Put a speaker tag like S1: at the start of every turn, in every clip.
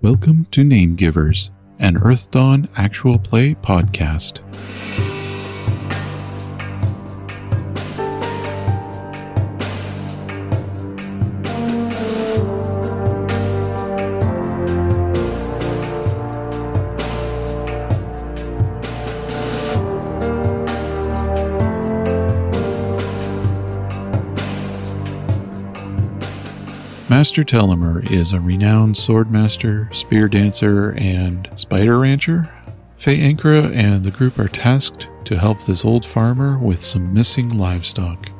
S1: Welcome to Name Givers, an Earth Dawn actual play podcast. Master Telemer is a renowned swordmaster, spear dancer, and spider rancher. Faye Ankara and the group are tasked to help this old farmer with some missing livestock.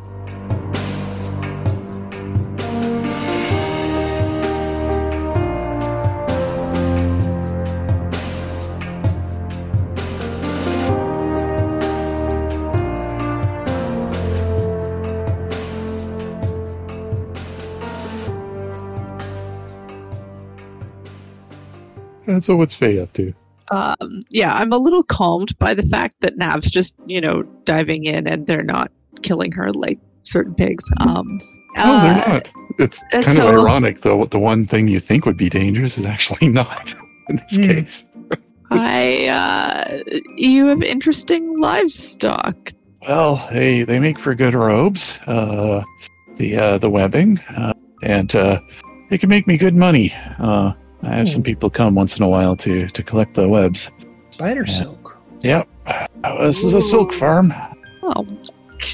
S1: And so, what's Faye up to?
S2: um, yeah, I'm a little calmed by the fact that Nav's just, you know, diving in and they're not killing her like certain pigs. Um,
S1: No,
S2: uh,
S1: Mm-hmm. Oh, they're not. It's
S2: and
S1: kind of
S2: so-
S1: ironic, though. what The one thing you think would be dangerous is actually not in this
S3: Hmm.
S1: case.
S2: I, uh, you have interesting livestock.
S1: Well, hey, they make for good robes, uh, the uh, the webbing, uh, and uh, they can make me good money. Uh, I have some
S3: Hmm.
S1: people come once in a while to to collect the webs.
S3: Spider
S1: Yeah.
S3: silk.
S1: Yep, Uh, this is a silk
S4: Ooh.
S1: farm.
S2: Oh,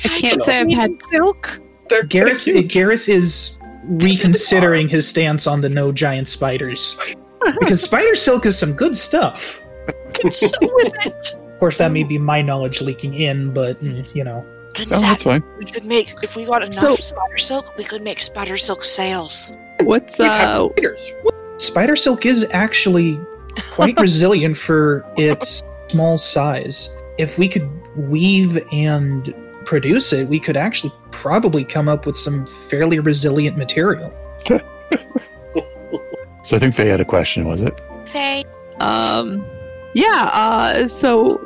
S2: I can't say I've had.
S4: silk.
S5: They're
S3: Gareth Gareth is reconsidering his stance on the no giant spiders. Because spider silk is some good stuff.
S4: Consult with it.
S3: Of course, that may be my knowledge leaking in, but mm, you
S1: No,
S3: know,
S1: Oh, that's
S4: Consent.
S1: fine.
S4: we could make if we got enough
S2: So-
S4: spider silk, we could make spider silk sails.
S2: What's uh?
S5: spiders.
S3: spider silk is actually quite resilient for its small size. If we could weave and produce it, we could actually probably come up with some fairly resilient material.
S1: So I think Faye had a question, was it?
S4: Faye,
S2: Um, yeah. Uh, so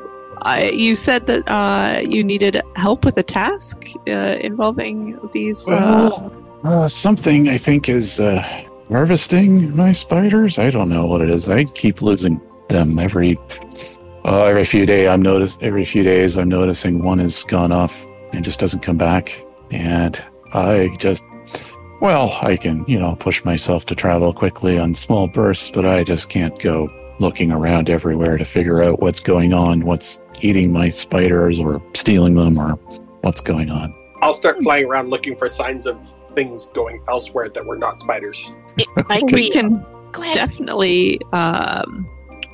S2: I, you said that uh, you needed help with a task uh, involving these. Uh,
S1: Well, uh, something I think is uh, harvesting my spiders. I don't know what it is. I keep losing them every uh, every few day. I'm notice every few days. I'm noticing one has gone off and just doesn't come back. And I just well, I can you know push myself to travel quickly on small bursts, but I just can't go looking around everywhere to figure out what's going on, what's eating my spiders or stealing them or what's going on.
S5: I'll start flying around looking for signs of things going elsewhere that were not spiders.
S4: it might
S2: we
S4: be.
S2: can
S4: Go ahead.
S2: definitely um,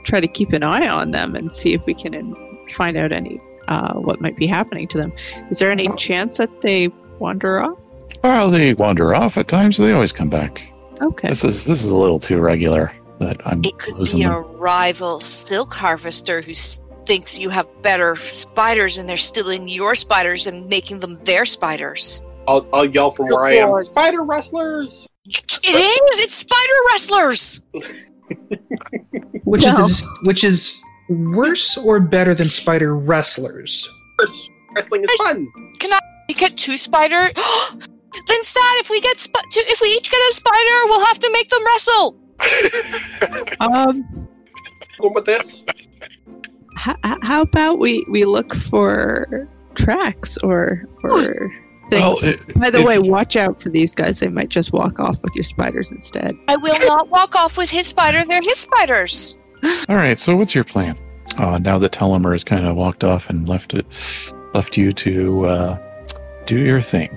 S2: try to keep an eye on them and see if we can in- find out any uh, what might be happening to them. Is there any
S1: Oh.
S2: chance that they wander off?
S1: Well, they wander off at times. They always come back.
S2: Okay.
S1: This is this is a little too regular. That I'm
S4: It could
S1: losing
S4: be
S1: them.
S4: a rival silk harvester who s- thinks you have better spiders, and they're stealing your spiders and making them their spiders.
S5: I'll, I'll yell from where I am.
S4: Silkborn.
S5: Spider rustlers.
S4: It is. It's spider wrestlers.
S3: Which
S2: No.
S3: is which is worse or better than spider wrestlers?
S5: Wrestling is fun.
S4: We get two spider. then sad. If we get sp- two, if we each get a spider, we'll have to make them wrestle.
S2: Um,
S5: Going with this.
S2: h- h- how about we, we look for tracks or, or
S4: Oops.
S1: Well,
S2: things?
S1: Oh, it-
S2: By the
S1: if-
S2: way, watch out for these guys. They might just walk off with your spiders instead.
S4: I will not walk off with his spider. They're his spiders.
S1: all right. So, what's your plan? Uh, now that Telemer has kind of walked off and left it, left you to uh, do your thing.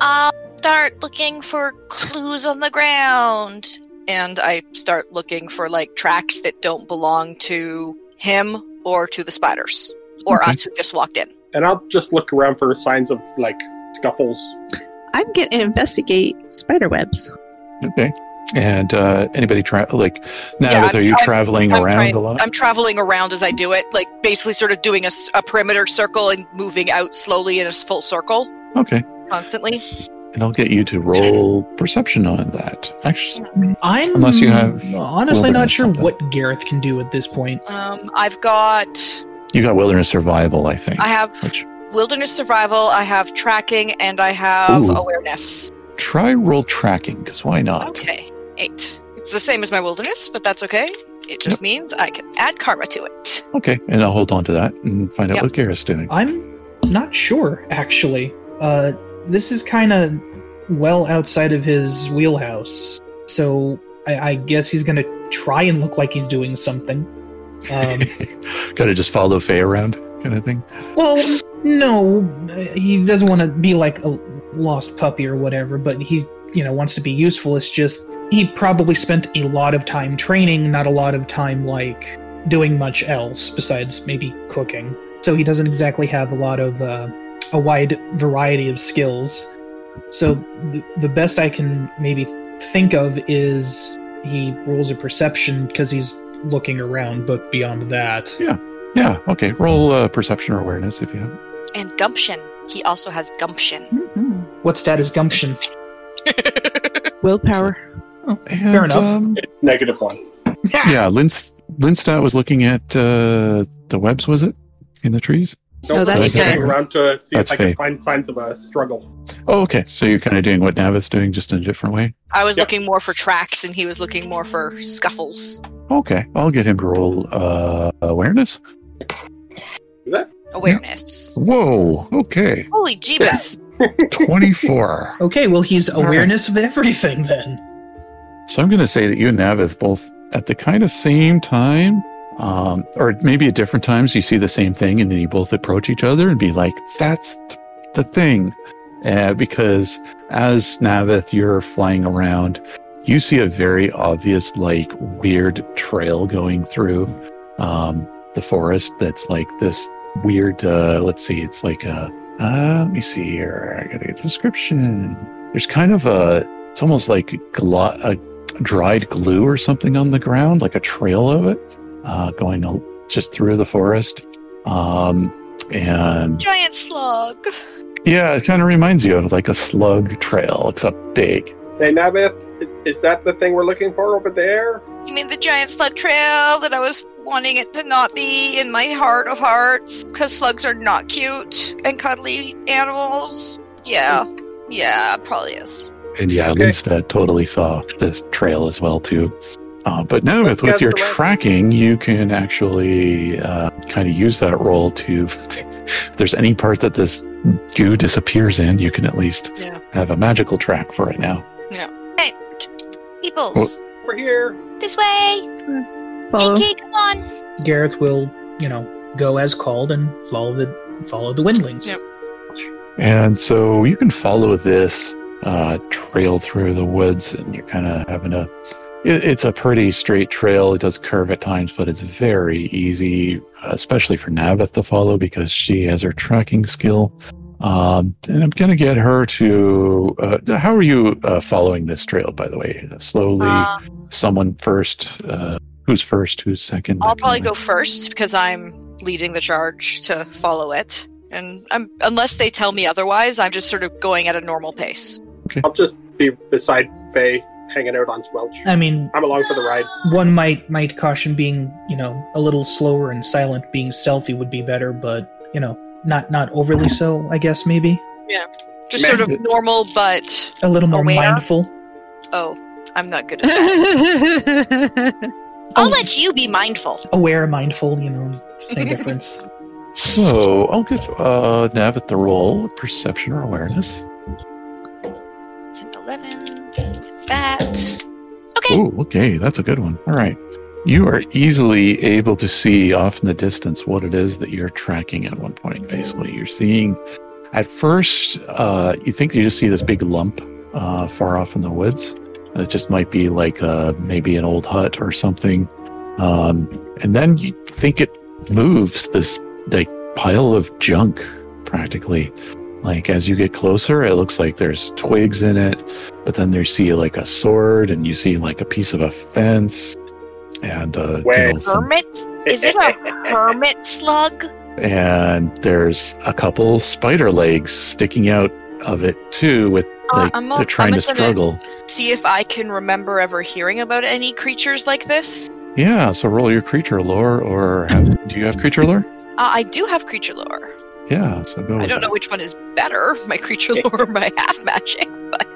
S4: I'll start looking for clues on the ground. And I start looking for like tracks that don't belong to him or to the spiders or
S1: Okay.
S4: us who just walked in.
S5: And I'll just look around for signs of like scuffles.
S2: I'm going to investigate spider webs.
S1: Okay. And uh, anybody tra- like now
S4: Yeah,
S1: that are you
S4: I'm-
S1: traveling
S4: I'm
S1: around
S4: trying-
S1: a lot?
S4: I'm traveling around as I do it, like basically sort of doing a, s- a perimeter circle and moving out slowly in a full circle
S1: okay.
S4: constantly.
S1: And I'll get you to roll perception on that. Actually,
S3: I'm
S1: Unless you have
S3: honestly not
S1: wilderness
S3: sure
S1: something.
S3: what Gareth can do at this point.
S4: Um, I've got,
S1: you got wilderness survival, I think.
S4: I have
S1: Which
S4: wilderness survival, I have tracking, and I have
S1: Ooh.
S4: awareness.
S1: try roll tracking because why not?
S4: Okay, eight. It's the same as my wilderness, but that's okay. It just means I can add karma to it.
S1: Okay, and I'll hold on to that and find out
S4: Yep.
S1: what Garrett's doing.
S3: I'm not sure, actually. Uh, this is kind of well outside of his wheelhouse, so I, I guess he's going to try and look like he's doing something. Um,
S1: Gotta just follow Faye around, kind of thing.
S3: well, no, uh, he doesn't want to be like a lost puppy or whatever, but he, you know, wants to be useful. It's just he probably spent a lot of time training, not a lot of time like doing much else besides maybe cooking. So he doesn't exactly have a lot of uh, a wide variety of skills. So th- the best I can maybe think of is he rolls a perception because he's looking around, but beyond that,
S1: Yeah, okay. Roll uh, perception or awareness if you have.
S4: And gumption. He also has gumption.
S1: Mm-hmm.
S2: Mhm.
S3: what's that is gumption.
S2: Willpower.
S1: And,
S3: fair enough.
S1: um,
S5: It's negative one.
S1: yeah, Linst Linstat was looking at uh, the webs, was it? In the trees?
S5: No,
S2: No,
S5: I'm
S2: that's
S5: looking
S4: fair.
S5: around to see
S1: That's
S5: if I can
S1: fair.
S5: find signs of a struggle.
S1: Oh, okay. So you're kind of doing what Navis doing, just in a different way.
S4: I was
S5: Yeah.
S4: looking more for tracks, and he was looking more for scuffles.
S1: Okay, I'll get him to roll uh, awareness.
S4: Awareness.
S1: Whoa, okay.
S4: Holy jeebus.
S1: 24.
S3: Okay, well, he's
S1: All right.
S3: awareness of everything then.
S1: so I'm going to say that you and Navis both at the kind of same time, um, or maybe at different times, you see the same thing and then you both approach each other and be like, that's th- the thing. Uh, because as Navith, you're flying around, you see a very obvious, like, weird trail going through um, the forest that's like this weird, uh, let's see, it's like a, uh, let me see here. I gotta get a description. There's kind of a, it's almost like glo- a dried glue or something on the ground, like a trail of it, uh, going al- just through the forest. Um, and
S4: Giant slug.
S1: yeah, it kind of reminds you of like a slug trail, except big.
S5: Hey, Navith, is, is that the thing we're looking for over there?
S4: You mean the giant slug trail that I was wanting it to not be in my heart of hearts? Because slugs are not cute and cuddly animals. Yeah. Yeah, probably is.
S1: And yeah,
S5: Okay.
S1: Linstead totally saw this trail as well too. Uh, but now
S5: Let's
S1: with, with
S5: get
S1: your
S5: the rest.
S1: tracking, you can actually uh, kind of use that role to. if there's any part that this goo disappears in, you can at least
S4: Yeah.
S1: have a magical track for it now.
S4: Peoples,
S5: Over here.
S4: this way.
S2: Follow.
S4: Inky, come on.
S3: Gareth will, you know, go as called and follow the follow the windlings.
S4: Yep.
S1: And so you can follow this uh, trail through the woods, and you're kind of having a. It, it's a pretty straight trail. It does curve at times, but it's very easy, especially for Navith to follow because she has her tracking skill. Um, and I'm going to get her to. Uh, how are you uh, following this trail, by the way? Slowly,
S4: Uh,
S1: someone first. Uh, who's first? Who's second?
S4: I'll probably go first because I'm leading the charge to follow it. And I'm, unless they tell me otherwise, I'm just sort of going at a normal pace.
S5: I'll just be beside Faye, hanging out on Squelch.
S3: I mean,
S5: I'm along for the ride.
S3: one might might caution being, you know, a little slower and silent, being stealthy would be better, but you know, not not overly so, I guess maybe
S4: Just sort of normal, but
S3: a little more
S4: Aware?
S3: mindful.
S4: oh, I'm not good at that. I'll let you be mindful.
S3: Aware, mindful, you know, same difference.
S1: So I'll get uh, Navith to roll perception or awareness.
S4: It's an 11. With that. Okay.
S1: Oh, okay. That's a good one. All right. You are easily able to see off in the distance what it is that you're tracking at one point, basically. You're seeing, at first, uh, you think you just see this big lump uh, far off in the woods. And It just might be like uh, maybe an old hut or something. Um, and then you think it moves this like pile of junk practically. Like as you get closer, it looks like there's twigs in it but then you see like a sword and you see like a piece of a fence and uh you
S5: Where?
S1: know, some-
S4: Hermit? Is it a hermit slug?
S1: and there's a couple spider legs sticking out of it too with
S4: Uh,
S1: like
S4: I'm not-
S1: they're trying
S4: I'm
S1: to
S4: not gonna-
S1: struggle
S4: See if I can remember ever hearing about any creatures like this.
S1: yeah so roll your creature lore or have, do you have creature lore
S4: Uh, I do have creature lore.
S1: yeah so go
S4: I
S1: with
S4: don't
S1: that.
S4: know which one is better, my creature lore or my half magic, but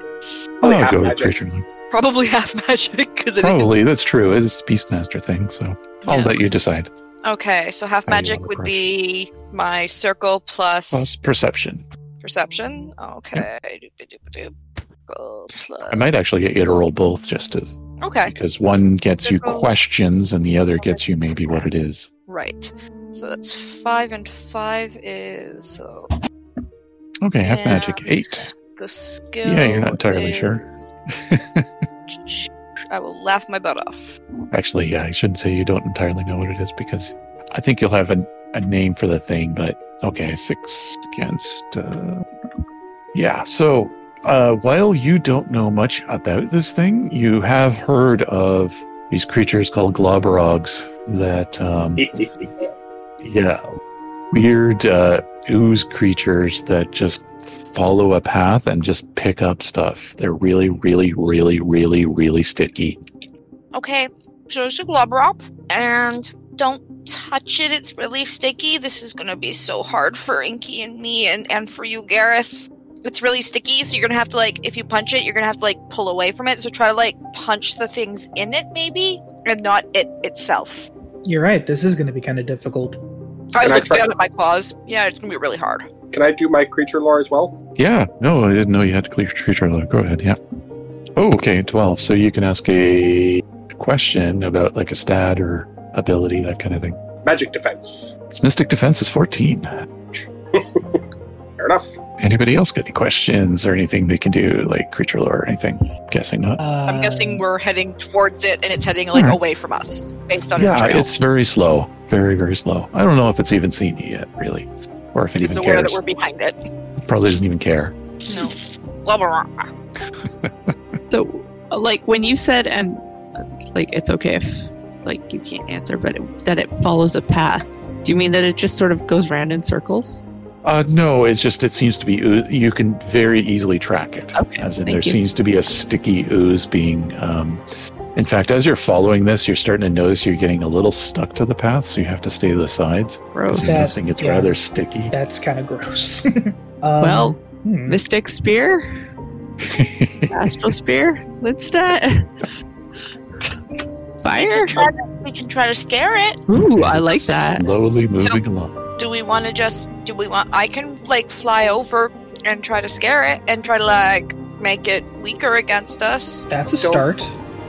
S5: Probably
S1: I'll
S5: half
S1: go with
S5: magic.
S1: creature. lore.
S4: Probably half magic because it.
S1: Probably that's true. It's Beastmaster thing, so I'll
S4: Yeah.
S1: let you decide.
S4: Okay, so
S1: How
S4: half
S1: do you
S4: magic
S1: wanna
S4: would
S1: approach?
S4: be my circle plus,
S1: Plus perception.
S4: perception. Okay. Doop-a-doop-a-doop. Circle plus.
S1: I might actually get you to roll both, just to,
S4: Okay,
S1: because one gets you
S4: Circle.
S1: questions and the other gets you maybe what it is.
S4: right. So that's five and five is so
S1: Okay, half magic
S4: and
S1: eight.
S4: The skill.
S1: you're not entirely sure.
S4: is- I will laugh my butt off.
S1: Actually, yeah, I shouldn't say you don't entirely know what it is because I think you'll have a, a name for the thing, but okay, six against. Uh, yeah, so uh, while you don't know much about this thing, you have heard of these creatures called globberogs that. Um, yeah weird uh, ooze creatures that just follow a path and just pick up stuff they're really really really really really sticky
S4: Okay, so it's a globrop, and don't touch it. It's really sticky. This is gonna be so hard for Inky and me, and and for you, Gareth. It's really sticky, so you're gonna have to like, if you punch it, you're gonna have to like pull away from it. So try to like punch the things in it, maybe, and not it itself.
S3: You're right. This is going to be kind of difficult.
S4: I
S5: Can I
S4: look
S5: try-
S4: down at my claws. Yeah, it's gonna be really hard.
S5: Can I do my creature lore as well?
S1: yeah no i didn't know you had to clear creature lore. go ahead yeah oh okay 12 so you can ask a question about like a stat or ability that kind of thing
S5: Magic defense.
S1: its mystic defense is 14
S5: Fair enough.
S1: anybody else got any questions or anything they can do like creature lore or anything guessing not
S3: Uh,
S4: I'm guessing we're heading towards it, and it's heading like
S1: Alright.
S4: away from us, based on its
S1: yeah,
S4: trail.
S1: it's very slow. Very, very slow. I don't know if it's even seen you yet, really. Or if it
S4: it's
S1: even
S4: aware
S1: cares.
S4: that we're behind it.
S1: Probably doesn't even care.
S4: No. Blah, blah, blah.
S2: So, like when you said, and uh, like it's okay if like you can't answer, but it, that it follows a path. Do you mean that it just sort of goes round in circles?
S1: Uh, no, it's just, it seems to be, oo- you can very easily track it.
S2: Okay,
S1: As in,
S2: thank
S1: there
S2: you.
S1: seems to be a sticky ooze being. Um, in fact, as you're following this, you're starting to notice you're getting a little stuck to the path, so you have to stay to the sides.
S2: Gross.
S1: Because
S3: That-
S1: you're noticing it's
S3: yeah.
S1: rather sticky.
S3: That's kind of gross. um,
S2: Well,
S3: hmm.
S2: Mystic spear, astral spear, Lidstadt,
S4: We
S2: fire.
S4: can, try to, we can try to scare it.
S2: Ooh,
S1: And
S2: I
S1: it's
S2: like that.
S1: Slowly moving along.
S4: Do we want to just? Do we want? I can like fly over and try to scare it and try to like make it weaker against us.
S3: that's a
S5: Don't-
S3: start.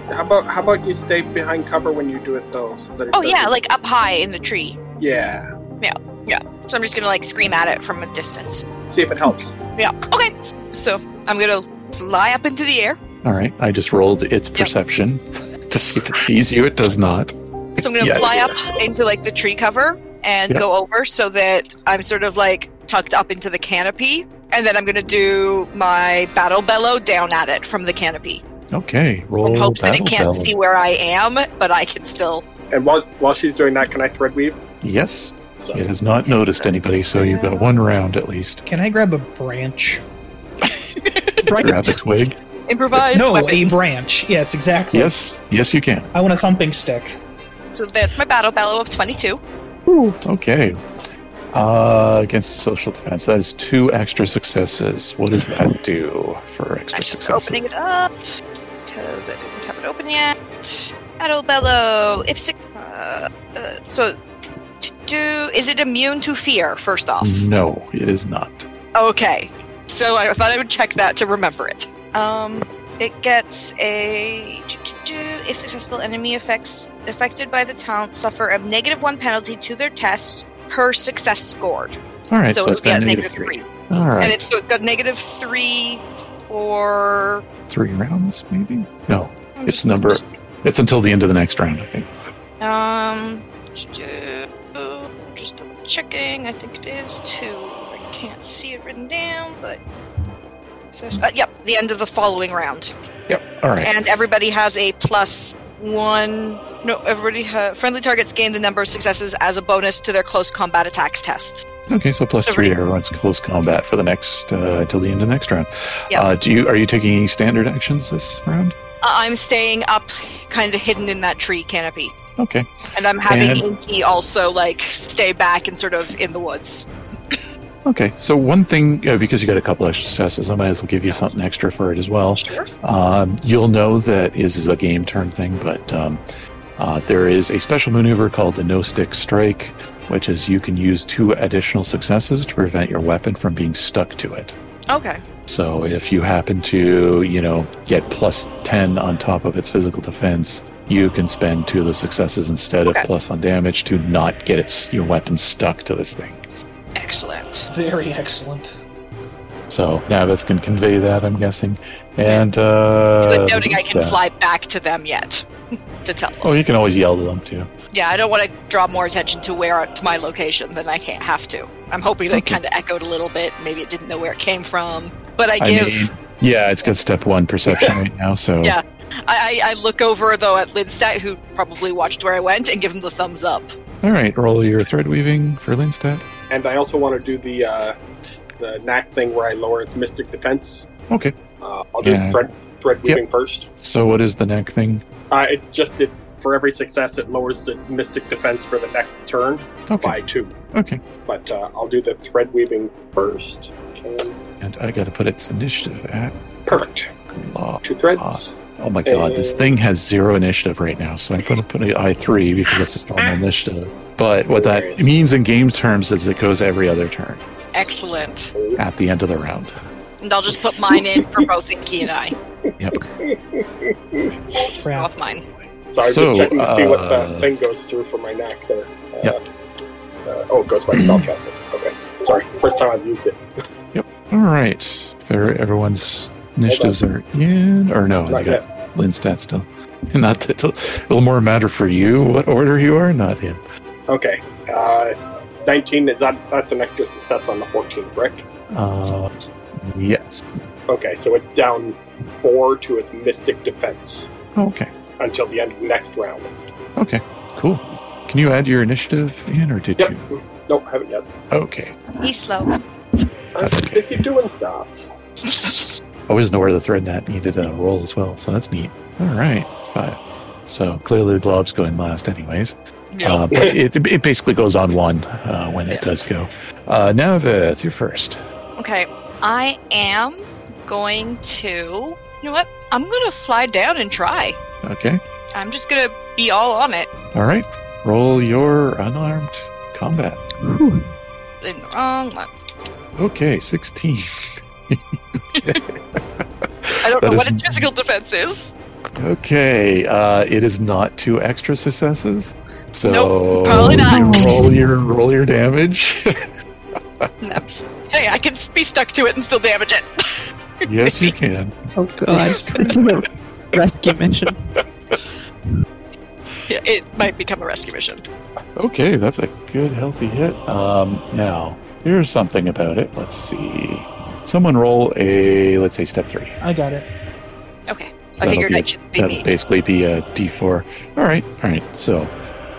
S5: How about how about you stay behind cover when you do it though? So that it
S4: Oh yeah,
S5: doesn't-
S4: like up high in the tree.
S5: yeah.
S4: So I'm just gonna like scream at it from a distance.
S5: See if it helps.
S4: Yeah. Okay. So I'm gonna fly up into the air.
S1: All right, I just rolled its perception to see if it sees you. It does not.
S4: So I'm gonna
S1: Yeah.
S4: fly up into like the tree cover and
S1: Yeah.
S4: go over so that I'm sort of like tucked up into the canopy. And then I'm gonna do my battle bellow down at it from the canopy.
S1: Okay, roll.
S4: in hopes that it
S1: Oh, battle
S4: can't
S1: bell.
S4: see where I am, but I can still.
S5: And while while she's doing that, can I thread weave?
S1: Yes,
S5: So
S1: it has not noticed anybody, so you've got one round at least.
S3: Can I grab a branch?
S1: Grab a twig.
S4: Improvised
S3: no,
S4: weapon.
S3: a branch. Yes, exactly.
S1: Yes, yes, you can.
S3: I want a thumping stick.
S4: So that's my battle bellow of 22.
S1: Okay. Uh, against social defense, that is two extra successes. What does that do for
S4: I'm
S1: extra
S4: just
S1: successes?
S4: opening it up because I didn't have it open yet. Battle bellow. If six, uh, uh, so, t- do is it immune to fear? First off,
S1: No, it is not.
S4: okay. So I thought I would check that to remember it. Um, it gets a do, do, do, if successful enemy affects affected by the talent suffer a negative one penalty to their test per success scored.
S1: All right, so,
S4: so
S1: it's
S4: it'll be
S1: got
S4: at
S1: a negative
S4: negative
S1: three.
S4: three.
S1: All
S4: and
S1: right,
S4: it's so it's got negative three for
S1: three rounds maybe. No,
S4: I'm
S1: It's
S4: just-
S1: number- it's until the end of the next round, I think.
S4: Um, uh, just double checking. I think it is two. I can't see it written down, but says uh, yep, the end of the following round,
S1: Yep. All right.
S4: and everybody has a plus one. No, everybody ha- friendly targets gain the number of successes as a bonus to their close combat attacks tests.
S1: Okay, so plus three
S4: Three.
S1: to everyone's close combat for the next uh, till the end of the next round.
S4: Yeah.
S1: Uh, do you are you taking any standard actions this round?
S4: Uh, I'm staying up, kind of hidden in that tree canopy,
S1: Okay.
S4: and I'm having
S1: And-
S4: Inky also like stay back and sort of in the woods.
S1: Okay, so one thing, uh, because you got a couple extra successes, I might as well give you something extra for it as well.
S4: Sure.
S1: Um, you'll know that this is a game turn thing, but um, uh, there is a special maneuver called the no stick strike, which is you can use two additional successes to prevent your weapon from being stuck to it.
S4: Okay.
S1: So if you happen to, you know, get plus 10 on top of its physical defense, you can spend two of those successes instead
S4: Okay.
S1: of plus on damage to not get its your weapon stuck to this thing.
S4: Excellent.
S3: Very excellent.
S1: So Navith can convey that, I'm guessing. And uh,
S4: I'm noting I can
S1: uh,
S4: fly back to them yet to tell them.
S1: Oh, you can always yell to them too.
S4: Yeah, I don't want to draw more attention to where to my location than I can't have to. I'm hoping they
S1: Okay.
S4: kind of echoed a little bit. Maybe it didn't know where it came from, but I
S1: I
S4: give.
S1: mean- Yeah, it's got step one perception right now. So
S4: Yeah. I, I, I look over though at Lidstat, who probably watched where I went, and give him the thumbs up.
S1: all right, roll your thread weaving for Linstat.
S5: And I also want to do the uh, the knack thing where I lower its mystic defense.
S1: Okay.
S5: Uh, I'll do
S1: Yeah.
S5: thread thread weaving first.
S1: So what is the neck thing?
S5: Uh, it just it for every success it lowers its mystic defense for the next turn
S1: Okay.
S5: by two.
S1: Okay.
S5: But uh, I'll do the thread weaving first. Okay.
S1: And I got to put its initiative at
S5: Perfect.
S1: law.
S5: Two threads.
S1: Oh my god, this thing has zero initiative right now, so I'm going to put it I three because that's its
S4: Ah.
S1: normal initiative. But what that
S5: Hilarious.
S1: means in game terms is it goes every other turn
S4: Excellent.
S1: at the end of the round.
S4: And I'll just put mine in for both Inky and I.
S3: Crap.
S4: Off mine.
S5: So I was
S1: So,
S5: just checking to see what the
S1: uh,
S5: thing goes through for my knack there. Uh,
S1: Yep.
S5: uh, oh, it goes by spellcasting. Okay. Sorry, it's the first time I've used it.
S1: All right, Fair- everyone's initiatives are in, or no?
S5: Not
S1: you got Linstat still. Not that it'll, it'll more matter for you what order you are, not him.
S5: Okay. Uh, it's 19 is that that's an extra success on the 14, correct?
S1: Uh, yes.
S5: Okay, so it's down 4 to its mystic defense
S1: Okay.
S5: until the end of next round.
S1: Okay. Cool. Can you add your initiative in, or did
S5: Yep.
S1: you?
S5: Nope, haven't yet.
S1: Okay.
S4: He's slow.
S5: I'm
S1: That's okay.
S5: busy doing stuff.
S1: Always know where the thread net needed a roll as well, so that's neat. All right, five. So clearly, the glob's going last, anyways.
S4: Yeah.
S1: Uh, but it, it basically goes on one uh, when it does go. Uh, Navith, you're first.
S4: Okay, I am going to. You know what? I'm gonna fly down and try.
S1: Okay.
S4: I'm just gonna be all on it.
S1: All right. Roll your unarmed combat.
S4: In the wrong one.
S1: Okay, 16.
S4: I don't
S1: That
S4: know
S1: is-
S4: what its physical defense is.
S1: Okay, uh, it is not two extra successes. So
S4: Nope, probably not.
S1: you Roll your roll your damage.
S4: That's, hey, I can be stuck to it and still damage it.
S1: yes, you can.
S2: Oh god, this is a rescue mission.
S4: Yeah, It might become a rescue mission.
S1: Okay, that's a good healthy hit. Um, now here's something about it. Let's see. Someone roll a let's say step three.
S3: I got it.
S4: Okay, I
S1: That'll
S4: figured
S1: be-
S4: I should be
S1: That'll
S4: me.
S1: basically be a D4. All right, all right. So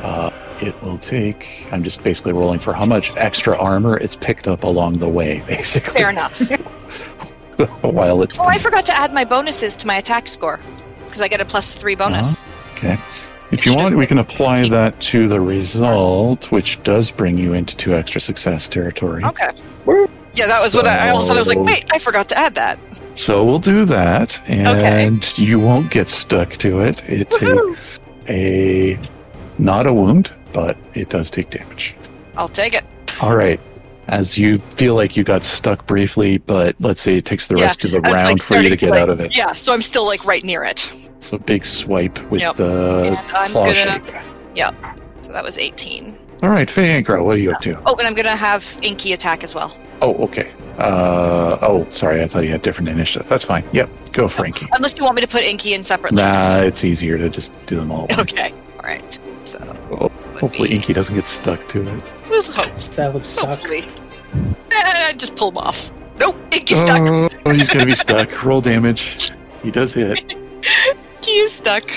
S1: uh, it will take. I'm just basically rolling for how much extra armor it's picked up along the way, basically,
S4: Fair enough.
S1: while it's.
S4: Oh, I
S1: been-
S4: forgot to add my bonuses to my attack score because I get a plus three bonus.
S1: Okay. If
S4: It
S1: you
S4: should
S1: want, we
S4: be
S1: can apply
S4: 15.
S1: that to the result, which does bring you into two extra success territory.
S4: Okay. Yeah, that was what I, I also I was like.
S1: So-
S4: Wait, I forgot to add that.
S1: So we'll do that,
S4: Okay.
S1: and you won't get stuck to it. It
S4: Woohoo.
S1: takes a not a wound, but it does take damage.
S4: I'll take it.
S1: All right. As you feel like you got stuck briefly, but let's say it takes the
S4: Yeah,
S1: rest of the
S4: I was, like,
S1: round for you to
S4: starting to,
S1: get
S4: like,
S1: out of it.
S4: Yeah, so I'm still like right near it.
S1: So big swipe with
S4: Yep.
S1: the
S4: And I'm
S1: claw
S4: gonna-
S1: shape.
S4: So that was 18.
S1: All right, Fiancra, what are you up to?
S4: Oh, and I'm gonna have Inky attack as well.
S1: Oh, okay. Uh, oh, sorry. I thought you had different initiative. That's fine. Yep. Go, Frankie.
S4: Unless you want me to put Inky in separately.
S1: Nah, it's easier to just do them all. at once.
S4: Okay. All right. So.
S1: Oh,
S4: would
S1: Hopefully,
S4: be-
S1: Inky doesn't get stuck to it.
S4: We'll hope.
S3: That would suck.
S4: Hopefully. Eh, just pull him off. Nope. Inky's stuck.
S1: Oh, oh, he's gonna be stuck. Roll damage. He does hit.
S4: He is stuck.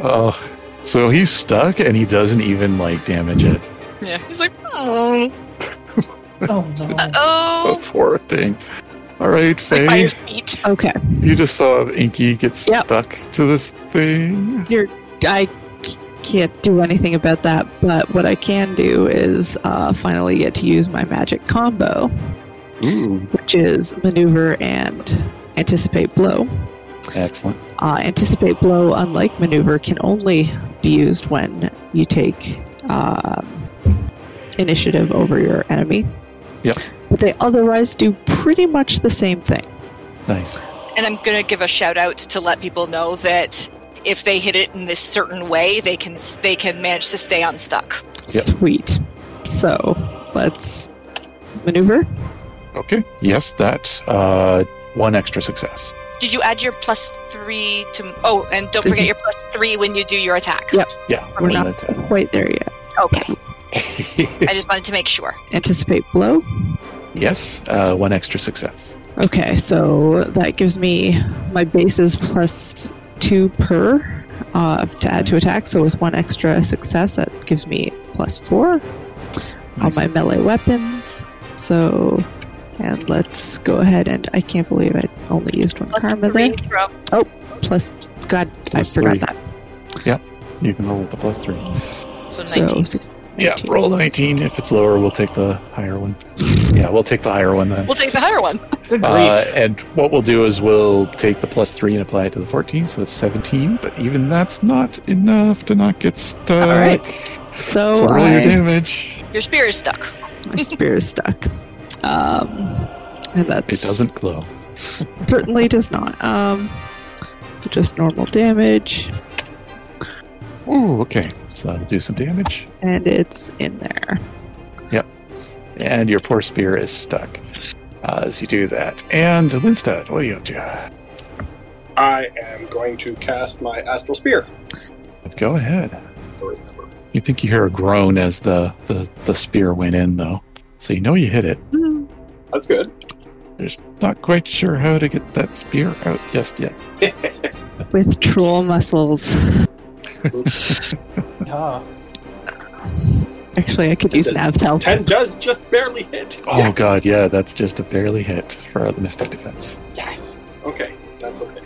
S1: Oh, so he's stuck and he doesn't even like damage it.
S4: Yeah. He's like, oh,
S3: Oh no.
S1: Oh,
S4: oh.
S1: poor thing. All right,
S4: Like by
S1: Faye.
S4: his feet.
S2: Okay,
S1: You just saw Inky get
S2: Yep.
S1: stuck to this thing.
S2: I can't do anything about that, but what I can do is uh, finally get to use my magic combo,
S1: Ooh,
S2: which is maneuver and anticipate blow.
S1: excellent.
S2: Uh, anticipate blow, unlike maneuver, can only be used when you take um, initiative over your enemy.
S1: Yep.
S2: But they otherwise do pretty much the same thing.
S1: Nice.
S4: And I'm going to give a shout out to let people know that if they hit it in this certain way, they can they can manage to stay unstuck.
S1: Yep.
S2: Sweet. So let's maneuver.
S1: Okay. Yes, that uh, one extra success.
S4: Did you add your plus three to? Oh, and don't
S2: This
S4: forget
S2: is-
S4: your plus three when you do your attack.
S2: Yep.
S1: Yeah,
S4: For
S2: We're
S4: me.
S2: not quite there yet.
S4: Okay.
S1: not.
S4: I just wanted to make sure.
S2: Anticipate blow.
S1: yes, uh, one extra success.
S2: Okay, so that gives me my base is plus two per uh, to add to attack. So with one extra success, that gives me plus four on
S1: Nice.
S2: my melee weapons. So, and let's go ahead and I can't believe I only used one
S4: Plus
S2: karma
S4: three
S2: there.
S4: from
S2: Plus, God,
S1: Plus
S2: I forgot
S1: three.
S2: that.
S1: You can roll with the plus three.
S4: so
S2: So
S4: nineteen.
S2: six,
S1: Yeah,
S2: 19.
S1: roll 19. If it's lower, we'll take the higher one. Yeah, we'll take the higher one then.
S4: we'll take the higher one.
S3: Good grief.
S1: Uh, and what we'll do is we'll take the plus three and apply it to the 14, so it's 17. But even that's not enough to not get stuck.
S2: All right. So,
S1: So roll your
S2: I-
S1: damage.
S4: Your spear is stuck.
S2: my spear is stuck. Um, and
S1: It
S2: that's
S1: doesn't glow.
S2: certainly does not. Um, just normal damage,
S1: Ooh, okay. So that'll do some damage.
S2: and it's in there.
S1: And your poor spear is stuck uh, as you do that. And Linstad, what are you up to?
S5: I am going to cast my astral spear.
S1: Go ahead.
S5: Three number.
S1: You think you hear a groan as the, the, the spear went in, though. So you know you hit it.
S2: Hmm,
S5: That's good.
S1: Just not quite sure how to get that spear out just yet.
S2: With troll muscles.
S3: Ah.
S2: Actually, I could use an
S5: Does-
S2: absal.
S5: Ten does just barely hit.
S1: Oh
S5: Yes.
S1: god, yeah, that's just a barely hit for the mystic defense.
S5: Yes. Okay, that's okay.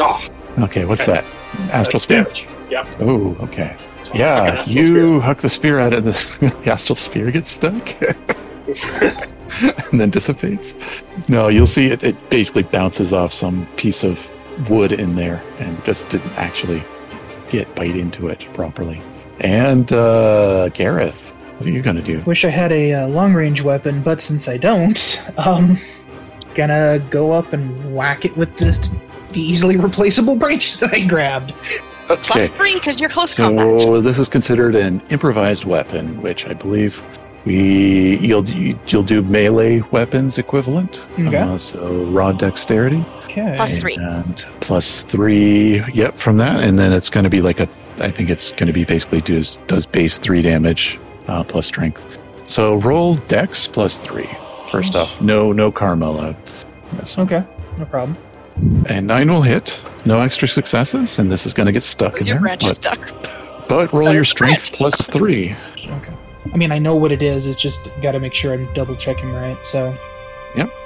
S5: Oh,
S1: Okay, what's
S5: Okay.
S1: that? Astral
S5: that's
S1: spear.
S5: Damage. Yep.
S1: Oh, okay.
S5: So I got
S1: Yeah,
S5: astral
S1: you huck the spear out of the, the astral spear gets stuck
S5: spear.
S1: and then dissipates. No, you'll see it, it basically bounces off some piece of wood in there and just didn't actually get bite into it properly. And uh Gareth, what are you gonna do?
S3: Wish I had a uh, long range weapon, but since I don't, um, gonna go up and whack it with the, the easily replaceable branch that I grabbed.
S4: Plus three because you're close combat.
S1: So this is considered an improvised weapon, which I believe we you'll you'll do melee weapons equivalent.
S3: Okay.
S1: Uh, so raw dexterity
S3: Okay.
S4: Plus three.
S1: and plus three. Yep, from that, and then it's going to be like a. I think it's going to be basically does does base three damage uh, plus strength. So roll dex plus three. First off, no no karma allowed. Yes.
S3: Okay, no problem.
S1: And nine will hit. No extra successes, and this is going to get stuck in
S4: Your
S1: there.
S4: branch is
S1: But,
S4: stuck.
S1: but roll
S4: That
S1: your
S4: is
S1: strength plus three.
S3: Okay. I mean, I know what it is. It's just gotta make sure I'm double checking right. So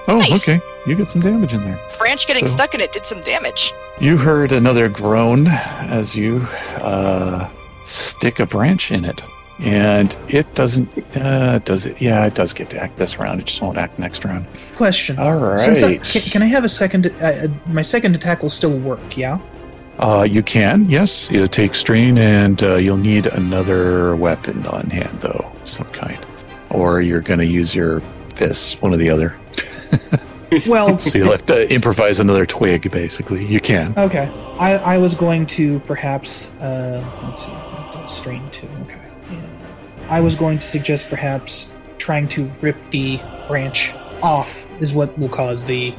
S1: Oh,
S4: Nice.
S1: okay. You get some damage in there.
S4: Branch getting
S1: So-
S4: stuck in it did some damage.
S1: You heard another groan as you uh, stick a branch in it, and it doesn't. Uh, does it? Yeah, it does get to act this round. It just won't act next round.
S3: question.
S1: All right.
S3: Since I, can, can I have a second? Uh, uh, my second attack will still work. Yeah.
S1: uh, you can. Yes, you take strain, and uh, you'll need another weapon on hand, though, some kind, or you're going to use your fists, one or the other.
S3: Well,
S1: So you'll have to improvise another twig, basically. You can.
S3: okay. I, I was going to perhaps uh, let's see, that's strain two. Okay. I was going to suggest perhaps trying to rip the branch off is what will cause the.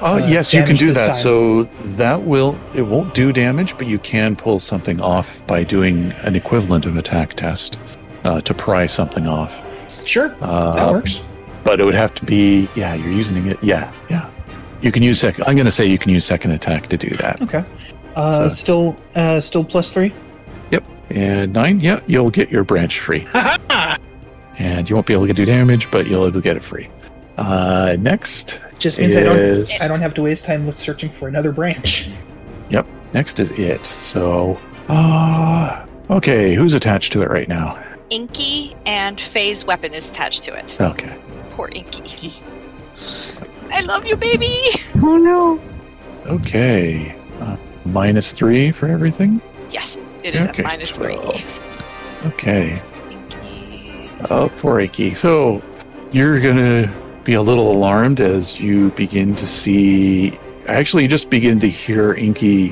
S1: Uh,
S3: uh,
S1: yes, you can
S3: damage
S1: do
S3: this
S1: that.
S3: time.
S1: So that will it won't do damage, but you can pull something off by doing an equivalent of attack test uh, to pry something off.
S3: Sure,
S1: Uh,
S3: that works.
S1: But it would have to be yeah, you're using it. Yeah, yeah. You can use second. I'm going to say you can use second attack to do that.
S3: Okay. Uh,
S1: so-
S3: still, uh, still plus three.
S1: And nine, yeah, you'll get your branch free, and you won't be able to do damage, but you'll be able to get it free. Uh, next
S3: Just means I don't.
S1: is
S3: I don't have to waste time look searching for another branch.
S1: next is it. So uh, Okay, who's attached to it right now?
S4: Inky and Faye's weapon is attached to it.
S1: Okay.
S4: Poor Inky. I love you, baby!
S2: Oh no.
S1: Okay. Uh, minus three for everything?
S4: Yes, it is
S1: okay.
S4: at minus three.
S1: 12. Okay.
S4: Inky.
S1: Oh, poor Icky. So you're going to be a little alarmed as you begin to see. Actually, you just begin to hear Inky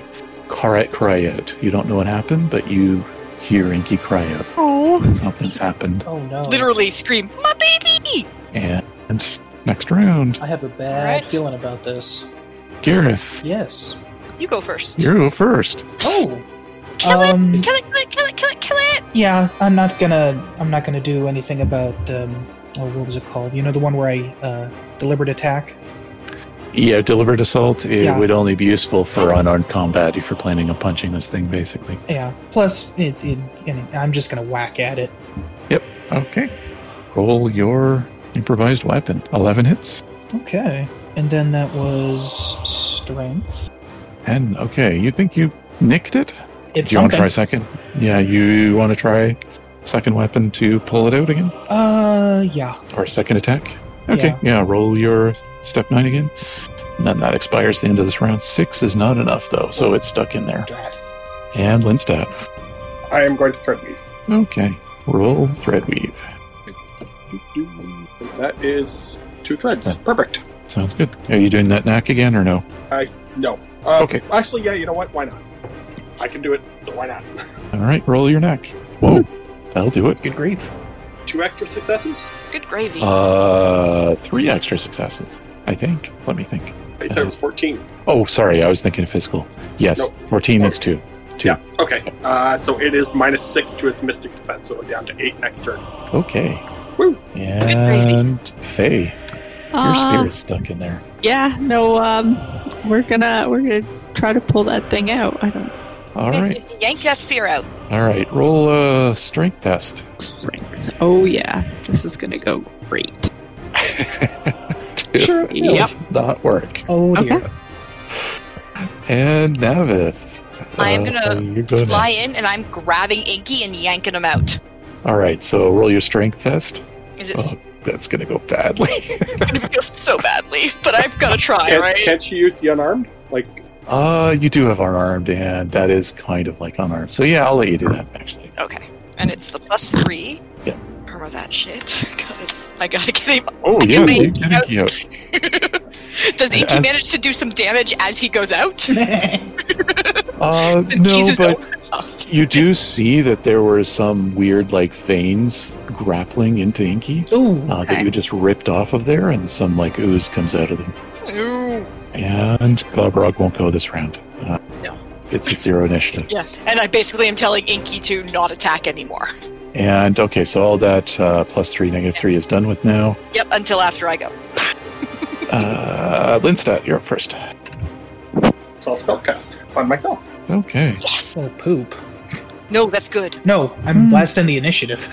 S1: cry, cry out. You don't know what happened, but you hear Inky cry out.
S2: Oh.
S1: Something's happened.
S6: Oh no.
S4: Literally scream, my baby!
S1: And next round,
S6: I have a bad
S4: Alright.
S6: feeling about this.
S1: Gareth,
S6: Yes.
S4: You go first.
S1: you go first.
S6: Oh.
S4: Kill it!
S3: um,
S4: Kill it, kill it, kill it, kill it, kill it!
S3: yeah, I'm not gonna. I'm not gonna do anything about. Um, oh, what was it called? You know, the one where I uh, deliberate attack.
S1: Yeah, deliberate assault. It
S3: Yeah.
S1: would only be useful for unarmed combat if you're planning on punching this thing, basically.
S3: Yeah. Plus, it. it and I'm just gonna whack at it.
S1: Okay. Roll your improvised weapon. 11 hits.
S3: Okay. And then that was strength.
S1: And okay, you think you nicked it?
S3: It's
S1: Do you want to
S3: something.
S1: try second? Yeah, you want to try second weapon to pull it out again?
S3: Uh, yeah.
S1: Or second attack? Okay,
S3: Yeah.
S1: yeah, roll your step nine again. And then that expires the end of this round. Six is not enough, though, so it's stuck in there.
S3: Drat.
S1: And Linstat.
S5: I am going to thread weave.
S1: Okay, roll thread weave.
S5: That is two threads.
S1: Okay.
S5: Perfect.
S1: Sounds good. Are you doing that knack again or no?
S5: No. Uh,
S1: Okay.
S5: Actually, yeah. You know what? Why not? I can do it. So why not?
S1: All right, roll your knack. Whoa, that'll do it.
S3: Good grief.
S5: Two extra successes.
S4: Good gravy.
S1: Uh, three extra successes, I think. Let me think.
S5: I said it was fourteen.
S1: Oh, sorry, I was thinking physical. Yes, 14, that's two.
S5: Yeah. Okay. Uh, so it is minus six to its mystic defense, so down to eight next turn.
S1: Okay.
S5: Woo.
S1: And Faye, your spear
S2: Uh,
S1: is stuck in there.
S2: yeah. No. Um. We're gonna we're gonna try to pull that thing out. I don't.
S1: All right.
S4: Yank that spear out.
S1: All right. Roll a strength test.
S2: Strength. Oh yeah. This is gonna go great.
S1: Sure.
S2: Yep.
S1: Does not work.
S3: Oh dear.
S2: Okay.
S1: And Navith. uh,
S4: I am gonna
S1: you're going
S4: Fly
S1: next.
S4: in, and I'm grabbing Inky and yanking him out.
S1: All right. So roll your strength test.
S4: Is it
S1: Oh, that's going to go badly.
S4: gonna go so badly? But I've gotta try,
S5: Can,
S4: right?
S5: Can't she use the unarmed? Like,
S1: Uh, you do have unarmed, and that is kind of like unarmed. So yeah, I'll let you do that actually.
S4: Okay. And it's the plus three.
S1: Yeah.
S4: Remember that shit, because I gotta get him.
S1: Oh
S4: I can
S1: yes,
S4: make
S1: you can
S4: out.
S1: you out.
S4: Does Inky
S1: As-
S4: manage to do some damage as he goes out?
S1: Uh,
S4: Since
S1: no,
S4: he's
S1: but
S4: over-
S1: you do see that there were some weird like veins grappling into Inky
S3: Ooh.
S1: uh, that
S4: Okay.
S1: you just ripped off of there, and some like ooze comes out of them.
S4: Ooh.
S1: And Glabrog won't go this round. Uh,
S4: No.
S1: it's at zero initiative.
S4: Yeah. And I basically am telling Inky to not attack anymore.
S1: And okay, so all that uh, plus three, negative three is done with now.
S4: Yep. Until after I go.
S1: Uh, Linstat, you're up first.
S5: so I'll spellcast on myself.
S1: Okay.
S4: Yes.
S3: Oh poop.
S4: No, that's good.
S3: No, I'm
S1: Hmm.
S3: last in the initiative.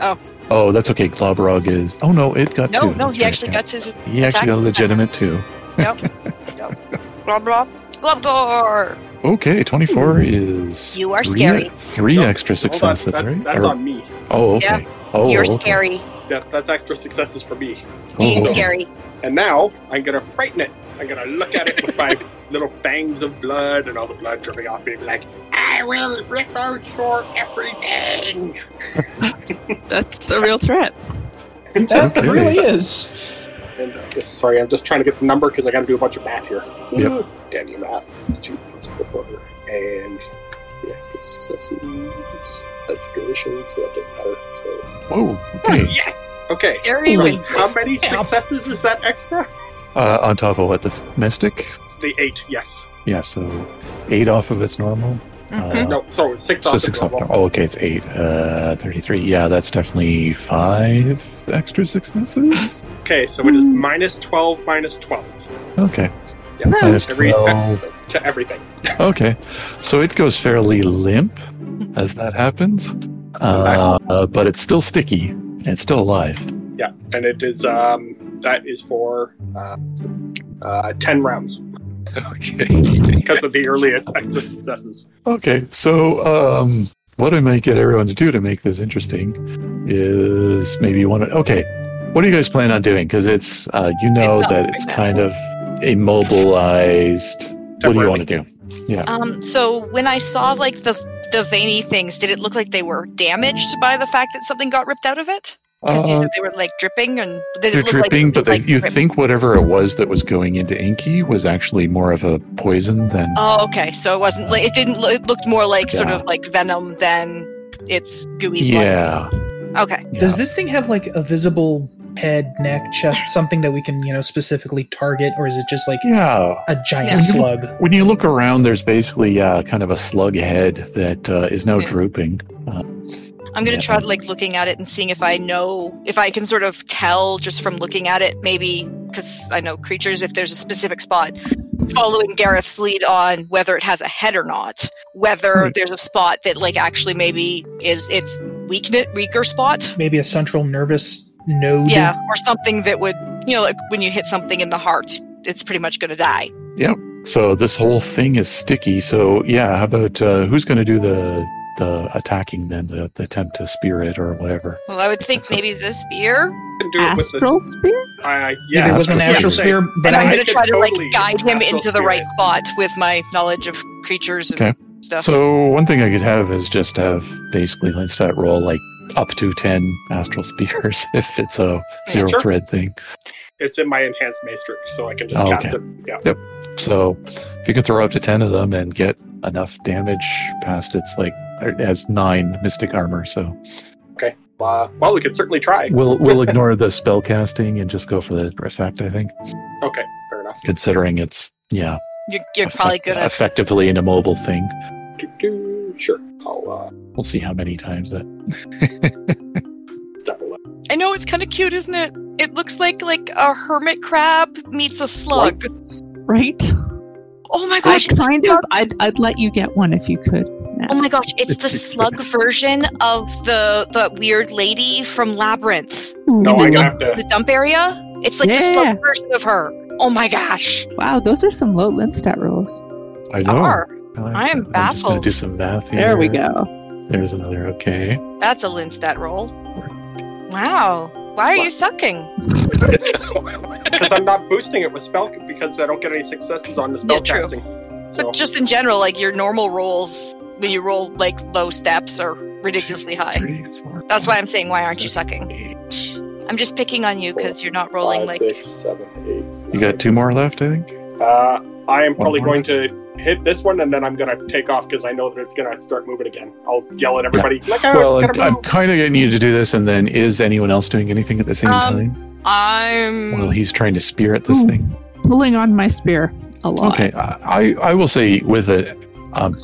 S1: Oh, that's okay. Glabrog is. Oh no, it got two.
S4: No, no,
S1: That's
S4: he
S1: right,
S4: actually
S1: yeah.
S4: got his
S1: He actually got a legitimate two.
S4: blah blah. Globdor.
S1: Okay, 24 is.
S4: You are
S1: three-
S4: scary.
S1: Three
S5: No,
S1: extra
S5: Hold on,
S1: successes,
S5: that's,
S1: right?
S5: that's
S1: Or-
S5: on me.
S1: Oh, okay.
S4: Yeah,
S1: Oh,
S4: You're
S1: okay.
S4: scary.
S5: That, that's extra successes for me.
S1: Oh,
S4: Being
S1: okay.
S4: scary.
S5: And now I'm gonna frighten it. I'm gonna look at it with my little fangs of blood and all the blood dripping off me, and be like, "I will rip out your everything."
S2: That's a real threat.
S6: That
S1: Okay.
S6: really is.
S5: And uh, yes, sorry, I'm just trying to get the number because I gotta do a bunch of math here.
S1: Yep.
S5: Ooh, Damn you, math! It's two, it's four, and the extra successes. That's the addition, so that doesn't matter. So.
S1: Whoa, okay.
S5: Yes. Okay.
S4: Scary.
S5: Wait,
S4: when-
S5: how many successes is that extra?
S1: Uh, on top of what? The f- Mystic?
S5: The eight. Yes.
S1: Yeah, so eight off of its normal.
S4: Mhm.
S1: Uh,
S5: No. So six.
S1: So
S5: off
S1: six
S5: the
S1: off.
S5: normal.
S1: Oh, okay, it's eight. Uh, 33. Yeah, that's definitely five extra successes.
S5: Okay, so it is
S4: Hmm.
S5: minus 12, minus 12.
S1: Okay.
S5: Yeah, so
S1: Minus
S5: every-
S1: 12.
S5: to everything.
S1: Okay. So it goes fairly limp as that happens, uh, but it's still sticky. and It's still alive.
S5: Yeah, and it is, um, that is for uh, uh, 10 rounds
S1: Okay.
S5: because of the earliest extra successes.
S1: Okay, so um, what I might get everyone to do to make this interesting is maybe one. Okay, what do you guys plan on doing? Because it's uh, you know
S4: It's up
S1: that
S4: right
S1: it's
S4: now.
S1: kind of immobilized. What do you want to do?
S4: Um, so when I saw like the the veiny things, did it look like they were damaged by the fact that something got ripped out of it? Because you
S1: Uh,
S4: said they were like dripping, and did
S1: they're
S4: it look like
S1: dripping,
S4: it
S1: but
S4: was,
S1: they,
S4: like,
S1: you
S4: dripping?
S1: think whatever it was that was going into Inky was actually more of a poison than
S4: Oh, okay. So it wasn't like it didn't. lo- It looked more like sort
S1: Yeah.
S4: of like venom than its gooey.
S1: yeah.
S4: Blood. Okay.
S1: yeah.
S3: Does this thing have like a visible head, neck, chest, something that we can, you know, specifically target, or is it just like
S1: yeah.
S3: a giant
S4: No.
S3: slug?
S1: When you look around, there's basically uh, kind of a slug head that uh, is now
S4: Yeah.
S1: drooping.
S4: I'm gonna
S1: Yeah.
S4: try like looking at it and seeing if I know if I can sort of tell just from looking at it. Maybe because I know creatures. If there's a specific spot, following Gareth's lead on whether it has a head or not, whether
S3: Hmm.
S4: there's a spot that like actually maybe is its weakness weaker spot.
S3: Maybe a central nervous
S1: Mm-hmm.
S3: node?
S4: Yeah, or something that would you know like when you hit something in the heart, it's pretty much gonna die.
S1: So this whole thing is sticky. So yeah, how about uh, who's going to do the the attacking then? The, the attempt to spear it or whatever.
S4: Well, I would think
S1: That's a-
S4: maybe the spear.
S5: can do it with this.
S2: Astral spear?
S5: Uh,
S3: Maybe
S5: yeah,
S3: it was an
S1: Yeah.
S3: astral
S1: Yeah.
S3: sphere, but
S4: and I'm
S5: I
S3: I,
S4: going to
S5: could
S4: try to like
S5: totally
S4: guide him
S5: astral
S4: into the
S5: spear
S4: right
S5: it.
S4: spot with my knowledge of creatures and
S1: Okay.
S4: stuff.
S1: So one thing I could have is just have basically Lindstat roll like up to ten astral spears if it's a
S4: Yeah,
S1: zero
S5: sure.
S1: thread thing.
S5: It's in my enhanced matrix, so I can just
S1: Oh,
S5: cast
S1: okay.
S5: it. Yeah.
S1: So if you could throw up to 10 of them and get enough damage past its like it has nine mystic armor, so
S5: Uh, well, we could certainly try.
S3: Hmm.
S1: we'll we'll ignore the spell casting and just go for the effect, I think.
S5: Okay, fair enough.
S1: Considering it's yeah,
S4: You're, you're probably
S1: effect-
S4: going to.
S1: effectively an immobile thing.
S5: Do, do, sure. I'll
S1: We'll see how many times that
S5: uh, step away.
S4: I know it's kind of cute, isn't it? It looks like like a hermit crab meets a slug.
S2: Right?
S4: Oh my
S2: I
S4: gosh! it's a
S2: kind of.
S4: slug.
S2: I'd, I'd let you get one if you could.
S4: Oh my gosh! It's the slug version of the the weird lady from Labyrinth,
S5: No,
S2: Ooh,
S5: I'm
S4: then
S5: gonna
S4: look-
S5: have to.
S4: the dump area. It's like the
S2: Yeah.
S4: slug version of her. Oh my gosh!
S2: Wow, those are some low Linstat rolls.
S1: I know.
S4: Are
S1: like
S4: I am
S1: that. I'm just gonna
S4: baffled.
S1: do some math here.
S2: There we go.
S1: There's another okay.
S4: that's a Linstat roll? Wow! Why are you sucking?
S5: because I'm not boosting it with spell because I don't get any successes on the spell
S4: Yeah, true.
S5: casting. So,
S4: But just in general, like your normal rolls, when you roll like low steps are ridiculously high.
S1: Three, four,
S4: That's why I'm saying, why aren't you sucking?
S1: eight.
S4: I'm just picking on you because you're not rolling
S5: five,
S4: like.
S5: six, seven, eight,
S1: You got two more left, I think.
S5: nine. Uh, I am probably
S1: more
S5: going to hit this one and then I'm going to take off because I know that it's going to start moving again. I'll yell at everybody, look out,
S1: well,
S5: it's
S1: I'm,
S5: going to
S1: I'm
S5: move.
S1: kind of getting you to do this, and then is anyone else doing anything at the same
S4: Um, mm.
S1: time? Well,
S4: I'm.
S1: he's trying to spear at this
S2: Ooh,
S1: thing.
S2: Pulling on my spear a lot.
S1: Okay, I, I I will say with a um,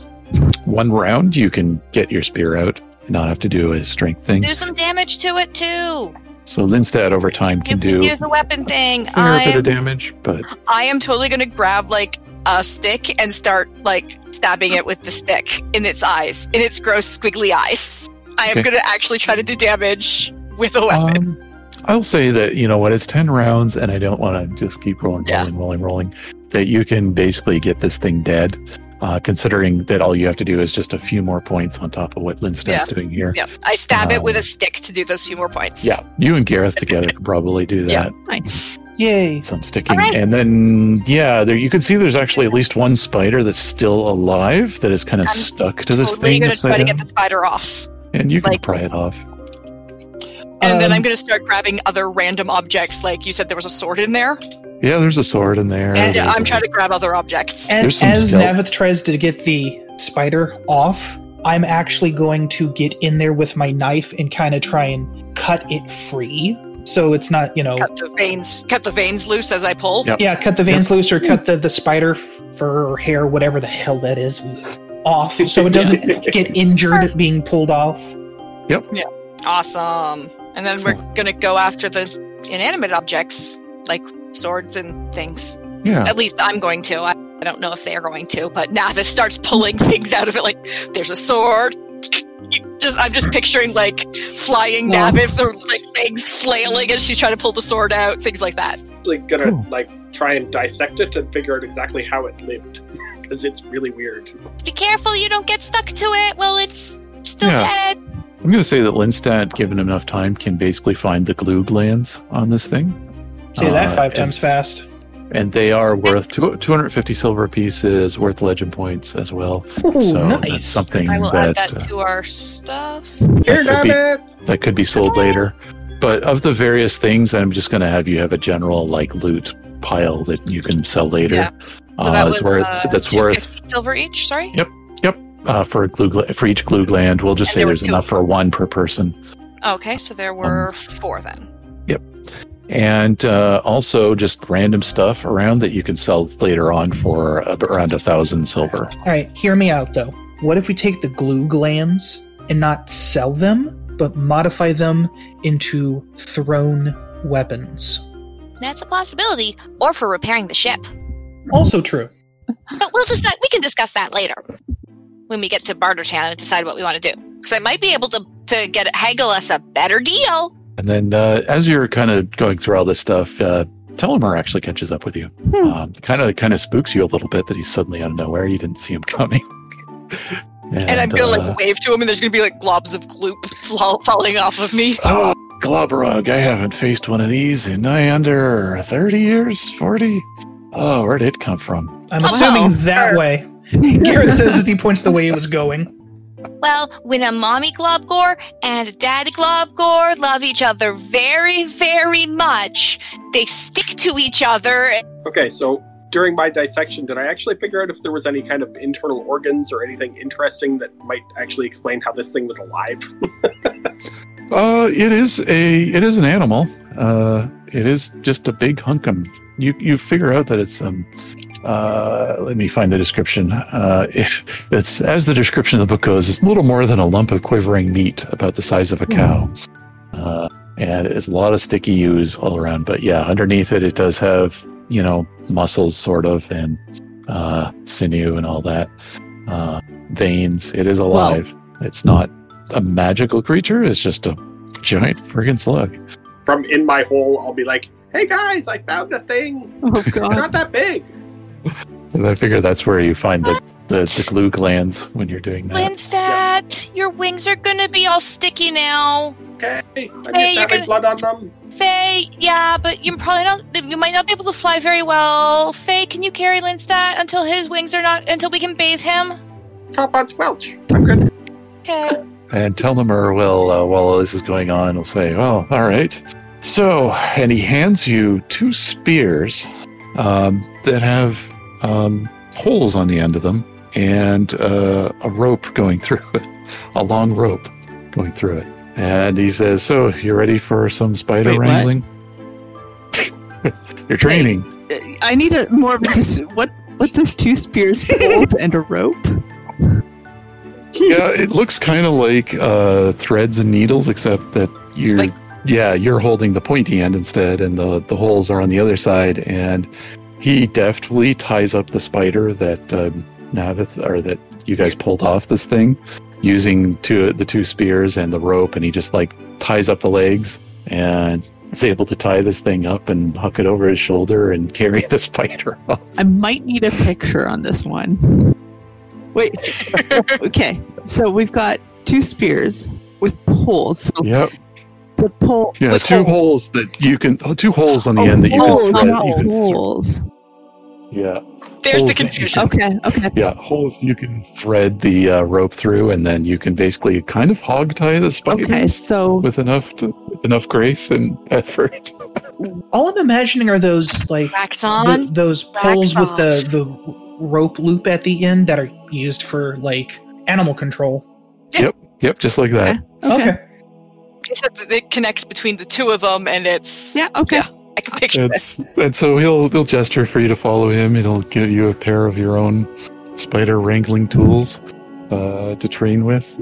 S1: one round you can get your spear out, not have to do a strength thing.
S4: Do some damage to it too.
S1: So Linstad over time
S4: You
S1: can
S4: can
S1: do
S4: use a weapon thing.
S1: a fair bit
S4: I
S1: of damage, but
S4: I am totally gonna grab like a stick and start like stabbing it with the stick in its eyes, in its gross squiggly eyes. I am
S1: Okay.
S4: gonna actually try to do damage with a weapon.
S1: um, I'll say that you know what it's ten rounds, and I don't want to just keep rolling,
S4: Yeah.
S1: rolling, rolling, rolling. That you can basically get this thing dead. Uh, considering that all you have to do is just a few more points on top of what Linstad's
S4: Yeah.
S1: doing here.
S4: yeah, I stab it with a
S1: um,
S4: stick to do those few more points.
S1: Yeah, you and Gareth together could probably do that.
S4: Yeah.
S2: Nice.
S3: yay!
S1: some sticking
S4: All right.
S1: and then yeah there you can see there's actually at least one spider that's still alive that is kind of
S4: I'm
S1: stuck to this
S4: totally
S1: thing
S4: gonna try
S1: upside
S4: to
S1: down,
S4: get the spider off,
S1: and you can
S4: like-
S1: pry it off
S4: and then
S3: Um,
S4: I'm gonna start grabbing other random objects. Like you said, there was a sword in there.
S1: yeah there's a sword in there
S3: And-
S4: Yeah,
S1: there's
S4: I'm
S1: a-
S4: trying to grab other objects.
S3: And
S1: There's
S3: as
S1: some stealth.
S3: Navith tries to get the spider off, I'm actually going to get in there with my knife and kind of try and cut it free. So it's not, you know,
S4: cut the veins, cut the veins loose as I pull.
S1: Yep.
S3: yeah, cut the veins loose or cut the, the spider f- fur or hair, whatever the hell that is, off so it doesn't get injured being pulled off.
S4: Awesome. And then we're
S1: Excellent.
S4: gonna go after the inanimate objects, like swords and things.
S1: yeah
S4: At least I'm going to. I, I don't know if they are going to, but Navis starts pulling things out of it. Like there's a sword. Just I'm just picturing like flying
S3: Well-
S4: Navis, their like legs flailing as she's trying to pull the sword out, things like that.
S5: actually going to
S1: Cool.
S5: like try and dissect it and figure out exactly how it lived because it's really weird.
S4: Be careful you don't get stuck to it. Well, it's still
S1: Yeah.
S4: dead.
S1: I'm going to say that Linstat, given enough time, can basically find the glue glands on this thing.
S3: Say that
S1: Uh,
S3: five
S1: and-
S3: times fast.
S1: And they are worth two, 250 silver pieces, worth legend points as well.
S3: Ooh,
S1: so that's
S3: nice.
S1: something
S4: I will
S1: that,
S4: add that
S1: uh,
S4: to our stuff.
S5: Here,
S1: That could be-
S5: Namath!
S1: that could be sold later. But of the various things, I'm just going to have you have a general like loot pile that you can sell later.
S4: Yeah.
S1: uh,
S4: So that was
S1: that's worth
S4: uh,
S1: that's
S4: 250
S1: worth
S4: silver each. Sorry.
S1: Yep. uh, for a glue gla- for each glue gland. We'll just
S4: And
S1: say
S4: there were
S1: there's
S4: two.
S1: enough for one per person.
S4: Okay, so there were
S1: Um,
S4: four then.
S1: and uh, also just random stuff around that you can sell later on for uh, around a thousand silver.
S3: All right, hear me out though. What if we take the glue glands and not sell them, but modify them into thrown weapons?
S4: That's a possibility, or for repairing the ship.
S3: Also true.
S4: But we'll decide. We can discuss that later when we get to Barter Town and decide what we want to do. Because I might be able to to get haggle us a better deal.
S1: And then uh, as you're kind of going through all this stuff, uh, Telemer actually catches up with you.
S2: Hmm.
S1: Um, kind of kind of spooks you a little bit that he's suddenly out of nowhere. You didn't see him coming.
S4: And, I'm gonna
S1: uh,
S4: like wave to him, and there's gonna be like globs of gloop fall- falling off of me.
S1: Oh, Globrog, I haven't faced one of these in nigh under 30 years, 40. Oh, where'd it come from?
S3: I'm
S4: Oh,
S3: assuming
S4: no.
S3: that
S4: Sure.
S3: way. Garrett says as he points the way he was going.
S4: Well, when a mommy globgore and a daddy globgore love each other very, very much, they stick to each other.
S5: Okay, so during my dissection, did I actually figure out if there was any kind of internal organs or anything interesting that might actually explain how this thing was alive?
S1: Uh, it is a it is an animal. Uh, it is just a big hunkum. You you figure out that it's um. Uh, let me find the description. Uh, it, it's as the description of the book goes. It's little more than a lump of quivering meat, about the size of a cow, uh, and it's a lot of sticky ooze all around. But yeah, underneath it, it does have you know muscles sort of and uh, sinew and all that uh, veins. It is alive. it's not a magical creature is just a giant friggin' slug.
S5: From in my hole, I'll be like, hey guys, I found a thing!
S2: Oh
S5: It's
S2: god.
S5: not that big!
S1: And I figure that's where you find the, the, the glue glands when you're doing that.
S4: Linstat, your wings are gonna be all sticky now.
S5: Okay, I'm just
S4: Hey, you're
S5: having
S4: gonna-
S5: blood on um, them.
S4: Faye, yeah, but you probably not. You might not be able to fly very well. Faye, can you carry Linstat until his wings are not? Until we can bathe him?
S5: Top on squelch. I'm good.
S4: Okay.
S1: And Telmer will, uh, while this is going on, will say, "Well, all right." So, and he hands you two spears um, that have um, holes on the end of them and uh, a rope going through it, a long rope going through it. And he says, "So, you ready for some spider
S2: Wait, what?
S1: wrangling? you're training."
S2: I need a more of this. What what's this? Two spears, poles, and a rope.
S1: yeah, it looks kind of like uh, threads and needles, except that you're
S4: Like-
S1: yeah you're holding the pointy end instead, and the the holes are on the other side. And he deftly ties up the spider that um, Navith or that you guys pulled off this thing using two the two spears and the rope, and he just like ties up the legs and is able to tie this thing up and huck it over his shoulder and carry the spider off.
S2: I might need a picture on this one. Wait. okay. So we've got two spears with poles. So
S1: Yep.
S2: the pole.
S1: Yeah,
S2: with
S1: two holes that you can oh, two holes on the end that you
S2: holes,
S1: can thread.
S2: not
S1: you can thre-
S2: holes.
S1: Yeah.
S4: There's the
S1: Holes.
S4: confusion.
S2: Okay. Okay.
S1: Yeah, holes you can thread the uh, rope through, and then you can basically kind of hog tie the spider
S2: Okay. So
S1: with enough to, with enough grace and effort.
S3: All I'm imagining are those like
S4: Wax
S3: th-
S4: on.
S3: those poles
S4: Wax
S3: with the the rope loop at the end that are used for like animal control.
S1: Yep, just like that.
S2: okay.
S4: Except that it connects between the two of them, and it's.
S2: Yeah. Okay.
S4: Yeah. I can picture
S1: That's and so he'll he'll gesture for you to follow him, and he'll give you a pair of your own spider wrangling tools uh, to train with.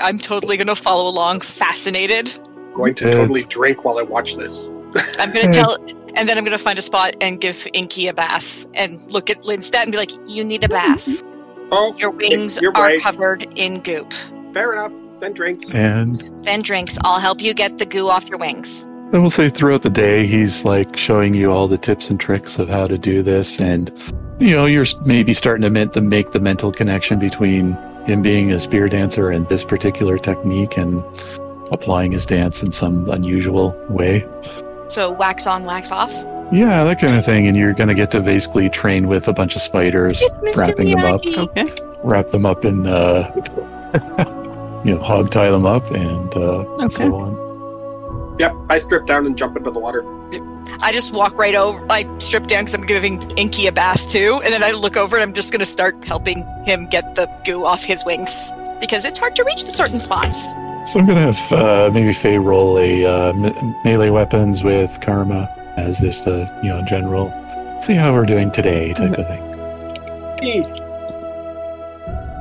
S4: I'm totally gonna follow along, fascinated.
S5: Going to
S1: Good.
S5: totally drink while I watch this.
S4: I'm gonna tell, and then I'm gonna find a spot and give Inky a bath, and look at Linstat and be like, "You need a bath.
S5: Oh,
S4: Your wings
S5: You're
S4: are
S5: right.
S4: covered in goop."
S5: fair enough. Then drinks.
S1: And
S4: Then drinks. I'll help you get the goo off your wings.
S1: I will say throughout the day, he's like showing you all the tips and tricks of how to do this, and you know, you're maybe starting to men- to make the mental connection between him being a spear dancer and this particular technique and applying his dance in some unusual way.
S4: So wax on, wax off.
S1: Yeah, that kind of thing. And you're going to get to basically train with a bunch of spiders,
S4: It's Mr.
S1: Wrapping them up.
S4: Miyagi.
S2: Okay.
S1: wrap them up in, uh, you know, hog tie them up and uh,
S2: Okay.
S1: so on.
S5: Yep, I strip down and jump into the water.
S4: I just walk right over. I strip down because I'm giving Inky a bath too, and then I look over and I'm just gonna start helping him get the goo off his wings because it's hard to reach to certain spots.
S1: So I'm gonna have uh, maybe Faye roll a uh, me- melee weapons with Karma as just a you know general. See how we're doing today type of thing.
S5: Hey,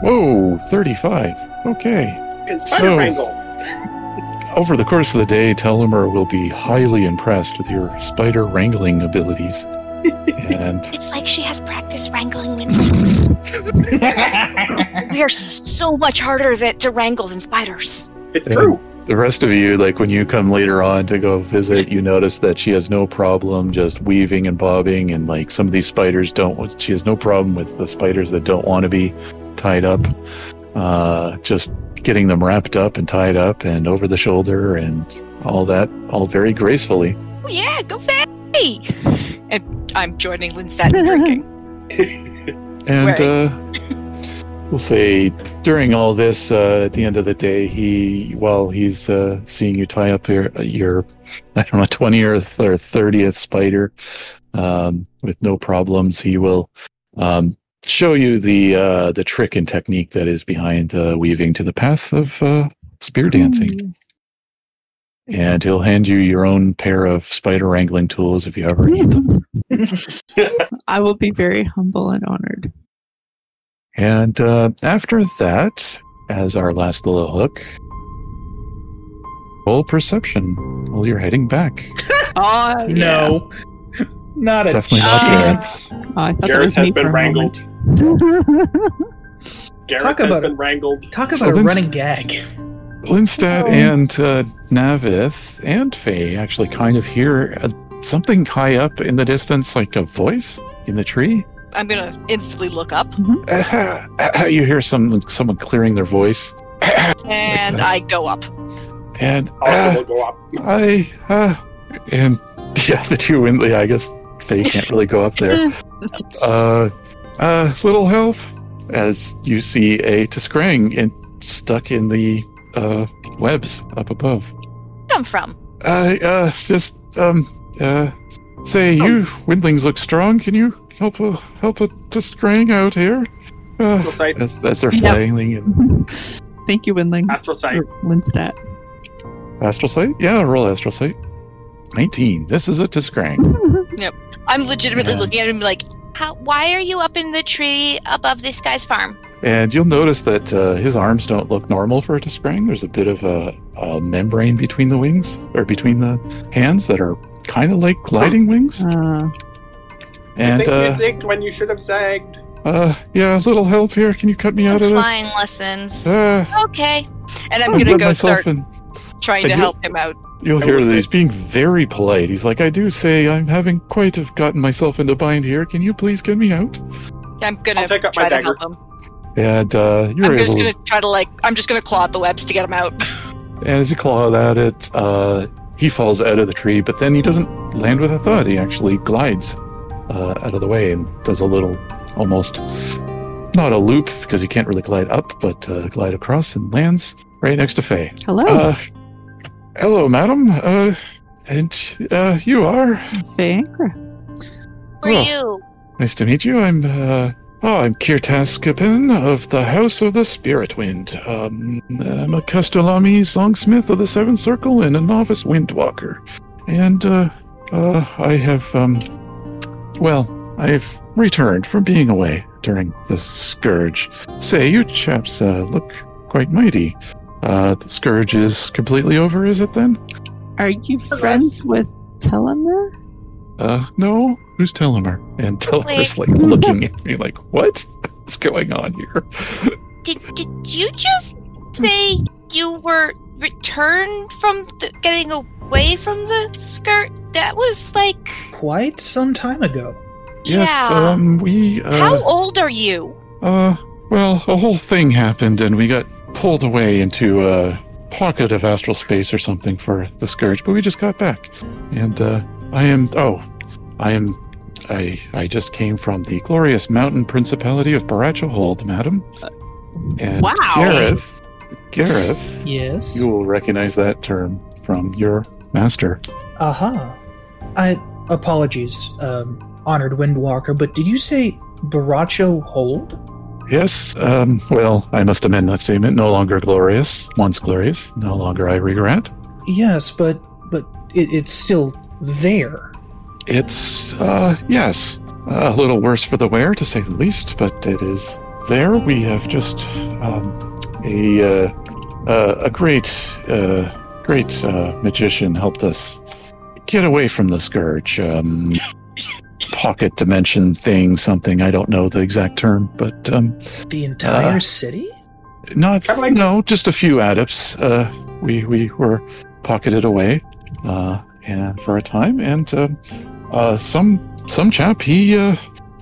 S1: Whoa, 35. Okay.
S5: Spider
S1: So-
S5: Wrangle.
S1: Over the course of the day, Telumar will be highly impressed with your spider wrangling abilities. and
S4: It's like she has practice wrangling windlings. we are so much harder that to wrangle than spiders.
S5: It's
S1: Yeah.
S5: true.
S1: the rest of you, like when you come later on to go visit, you notice that she has no problem just weaving and bobbing, and like some of these spiders don't. She has no problem with the spiders that don't want to be tied up. Uh, just getting them wrapped up and tied up and over the shoulder and all that, all very gracefully.
S4: Oh, yeah, go Faye! And I'm joining Linstat in drinking.
S1: And
S4: Right.
S1: uh, we'll say during all this, uh, at the end of the day, he while he's uh, seeing you tie up your your I don't know twentieth or thirtieth spider um, with no problems, he will um, show you the uh, the trick and technique that is behind uh, weaving to the path of uh, spear dancing.
S2: Mm.
S1: And he'll hand you your own pair of spider wrangling tools if you ever need them.
S2: I will be very humble and honored.
S1: And uh, after that, as our last little hook, roll perception while you're heading back.
S2: Oh
S3: Ah, No. Not a
S1: Definitely not
S3: chance.
S2: Oh, I thought that
S5: Gareth
S2: was me
S5: has
S2: for
S5: been
S2: a
S5: wrangled.
S2: moment.
S5: Gareth
S3: Talk
S5: has
S3: about
S5: been wrangled.
S3: Talk about
S1: So
S3: a
S1: then-
S3: running gag.
S1: Linstad
S2: Oh.
S1: and uh, Navith and Faye actually kind of hear uh something high up in the distance, like a voice in the tree.
S4: I'm gonna instantly look up,
S1: Ah-ha, ah-ha, you hear some someone clearing their voice,
S4: and I go up.
S1: and
S5: Also,
S1: "Ah,
S5: will go up.
S1: I uh, and yeah, the two Windley. I guess Faye can't really go up there. uh, uh, little help as you see a Tiskrang in, stuck in the uh, webs up above.
S4: Come from?
S1: I uh, just um, uh, say, you windlings look strong. Can you help a help a Tiskrang out here? Uh,
S5: Astral sight.
S1: as, as they're um,
S2: Yeah.
S1: flailing and
S2: Thank you, Winling.
S5: Astral sight.
S2: Or Linstat.
S1: astral sight. Yeah, roll astral sight. Nineteen. This is a Tiskrang.
S4: I'm legitimately
S1: Yeah.
S4: looking at him like, How, why are you up in the tree above this guy's farm?
S1: And you'll notice that uh, his arms don't look normal for a Tiskrang. There's a bit of a, a membrane between the wings, or between the hands, that are kind of like gliding wings.
S2: Uh,
S5: I
S1: And
S5: think
S1: uh,
S5: you zigged when you should have zagged.
S1: uh, yeah, a little help here. Can you cut me out of
S4: Some
S1: this?
S4: flying lessons.
S1: Uh,
S4: okay. And I'm
S5: Oh,
S1: I've
S4: gonna
S1: let
S4: go
S1: myself
S4: start
S1: in.
S4: trying
S1: I
S4: to
S1: do-
S4: help him out.
S1: You'll
S5: I
S1: hear
S5: will
S1: that
S5: say-
S1: he's being very polite. He's like, I do say I'm having quite have gotten myself into bind here. Can you please get me out?
S4: I'm gonna
S5: I'll take up
S4: try
S5: my
S4: to
S5: dagger.
S4: help him.
S1: And uh, you're
S4: I'm
S1: able
S4: just
S1: to
S4: gonna try to like, I'm just gonna claw at the webs to get him out.
S1: And as you claw at it, uh, he falls out of the tree, but then he doesn't land with a thud. He actually glides uh, out of the way and does a little, almost not a loop because he can't really glide up, but uh, glide across and lands right next to Faye.
S2: hello,
S1: Uh, hello, madam. Uh, and uh, you are
S2: Faye Angra.
S4: Who are
S1: Oh.
S4: you?
S1: nice to meet you. I'm uh, oh, I'm Kirtaskapin of the House of the Spirit Wind. Um, I'm a Castellami songsmith of the Seventh Circle and a novice windwalker. And uh, uh, I have um, well, I've returned from being away during the scourge. Say, you chaps uh, look quite mighty. Uh, the scourge is completely over, is it then?
S2: Are you friends with Telomere?
S1: Uh, no. Who's Telomere? And Telomere's like
S2: Wait.
S1: looking at me like, what is going on here?
S4: Did, did you just say you were returned from the, getting away from the skirt? That was like,
S3: Quite some time ago.
S1: Yes,
S4: yeah.
S1: um, we, uh,
S4: How old are you?
S1: uh, Well, a whole thing happened, and we got pulled away into a pocket of astral space or something for the scourge. But we just got back, and uh, I am oh, I am I I just came from the glorious mountain principality of Baracha Hold, madam. And
S2: Wow.
S1: Gareth, Gareth,
S3: Yes.
S1: you will recognize that term from your master.
S3: Aha. Uh-huh. I apologies, um, honored Windwalker, but did you say Baracho Hold?
S1: Yes, um, well, I must amend that statement. No longer glorious, once glorious, no longer I regret.
S3: Yes, but but it, it's still there.
S1: It's, uh, yes, a little worse for the wear, to say the least, but it is there. We have just um, a, uh, uh, a great, uh, great uh, magician helped us get away from the scourge. Um, pocket dimension thing, something, I don't know the exact term, but um,
S3: The entire
S1: Uh.
S3: city?
S1: Not
S5: Have I-
S1: no, just a few adepts. Uh, we we were pocketed away, uh, and for a time, and uh, uh, some some chap he uh,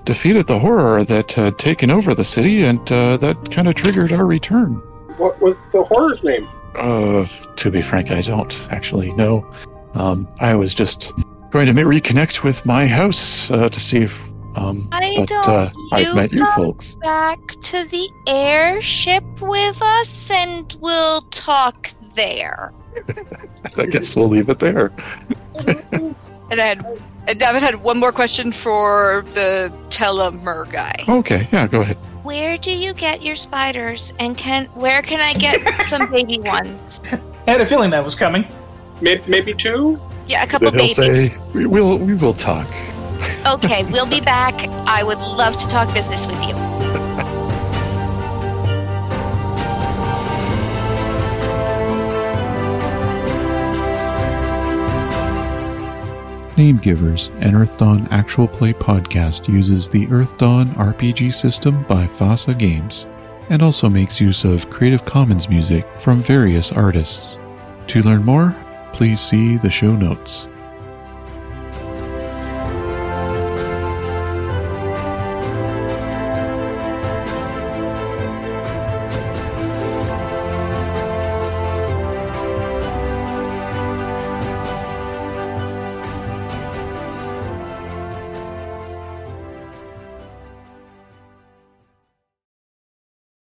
S1: defeated the horror that had taken over the city, and uh, that kind of triggered our return.
S5: What was the horror's name?
S1: Uh, to be frank, I don't actually know. Um, I was just going to ma- reconnect with my house uh, to see if. Um,
S4: Why
S1: but
S4: don't
S1: uh, I've
S4: you
S1: met you
S4: come
S1: folks.
S4: Back to the airship with us and we'll talk there.
S1: I guess we'll leave it there.
S4: And I had and David had one more question for the telemer guy.
S1: Okay, yeah, go ahead.
S4: Where do you get your spiders and can where can I get some baby ones?
S6: I had a feeling that was coming.
S5: Maybe, maybe two?
S4: Yeah, a couple
S1: Then he'll
S4: babies.
S1: say, we will, we will talk.
S4: Okay, we'll be back. I would love to talk business with you.
S7: Name Givers, an Earth Dawn actual play podcast, uses the Earth Dawn RPG system by FASA Games and also makes use of Creative Commons music from various artists. To learn more, please see the show notes.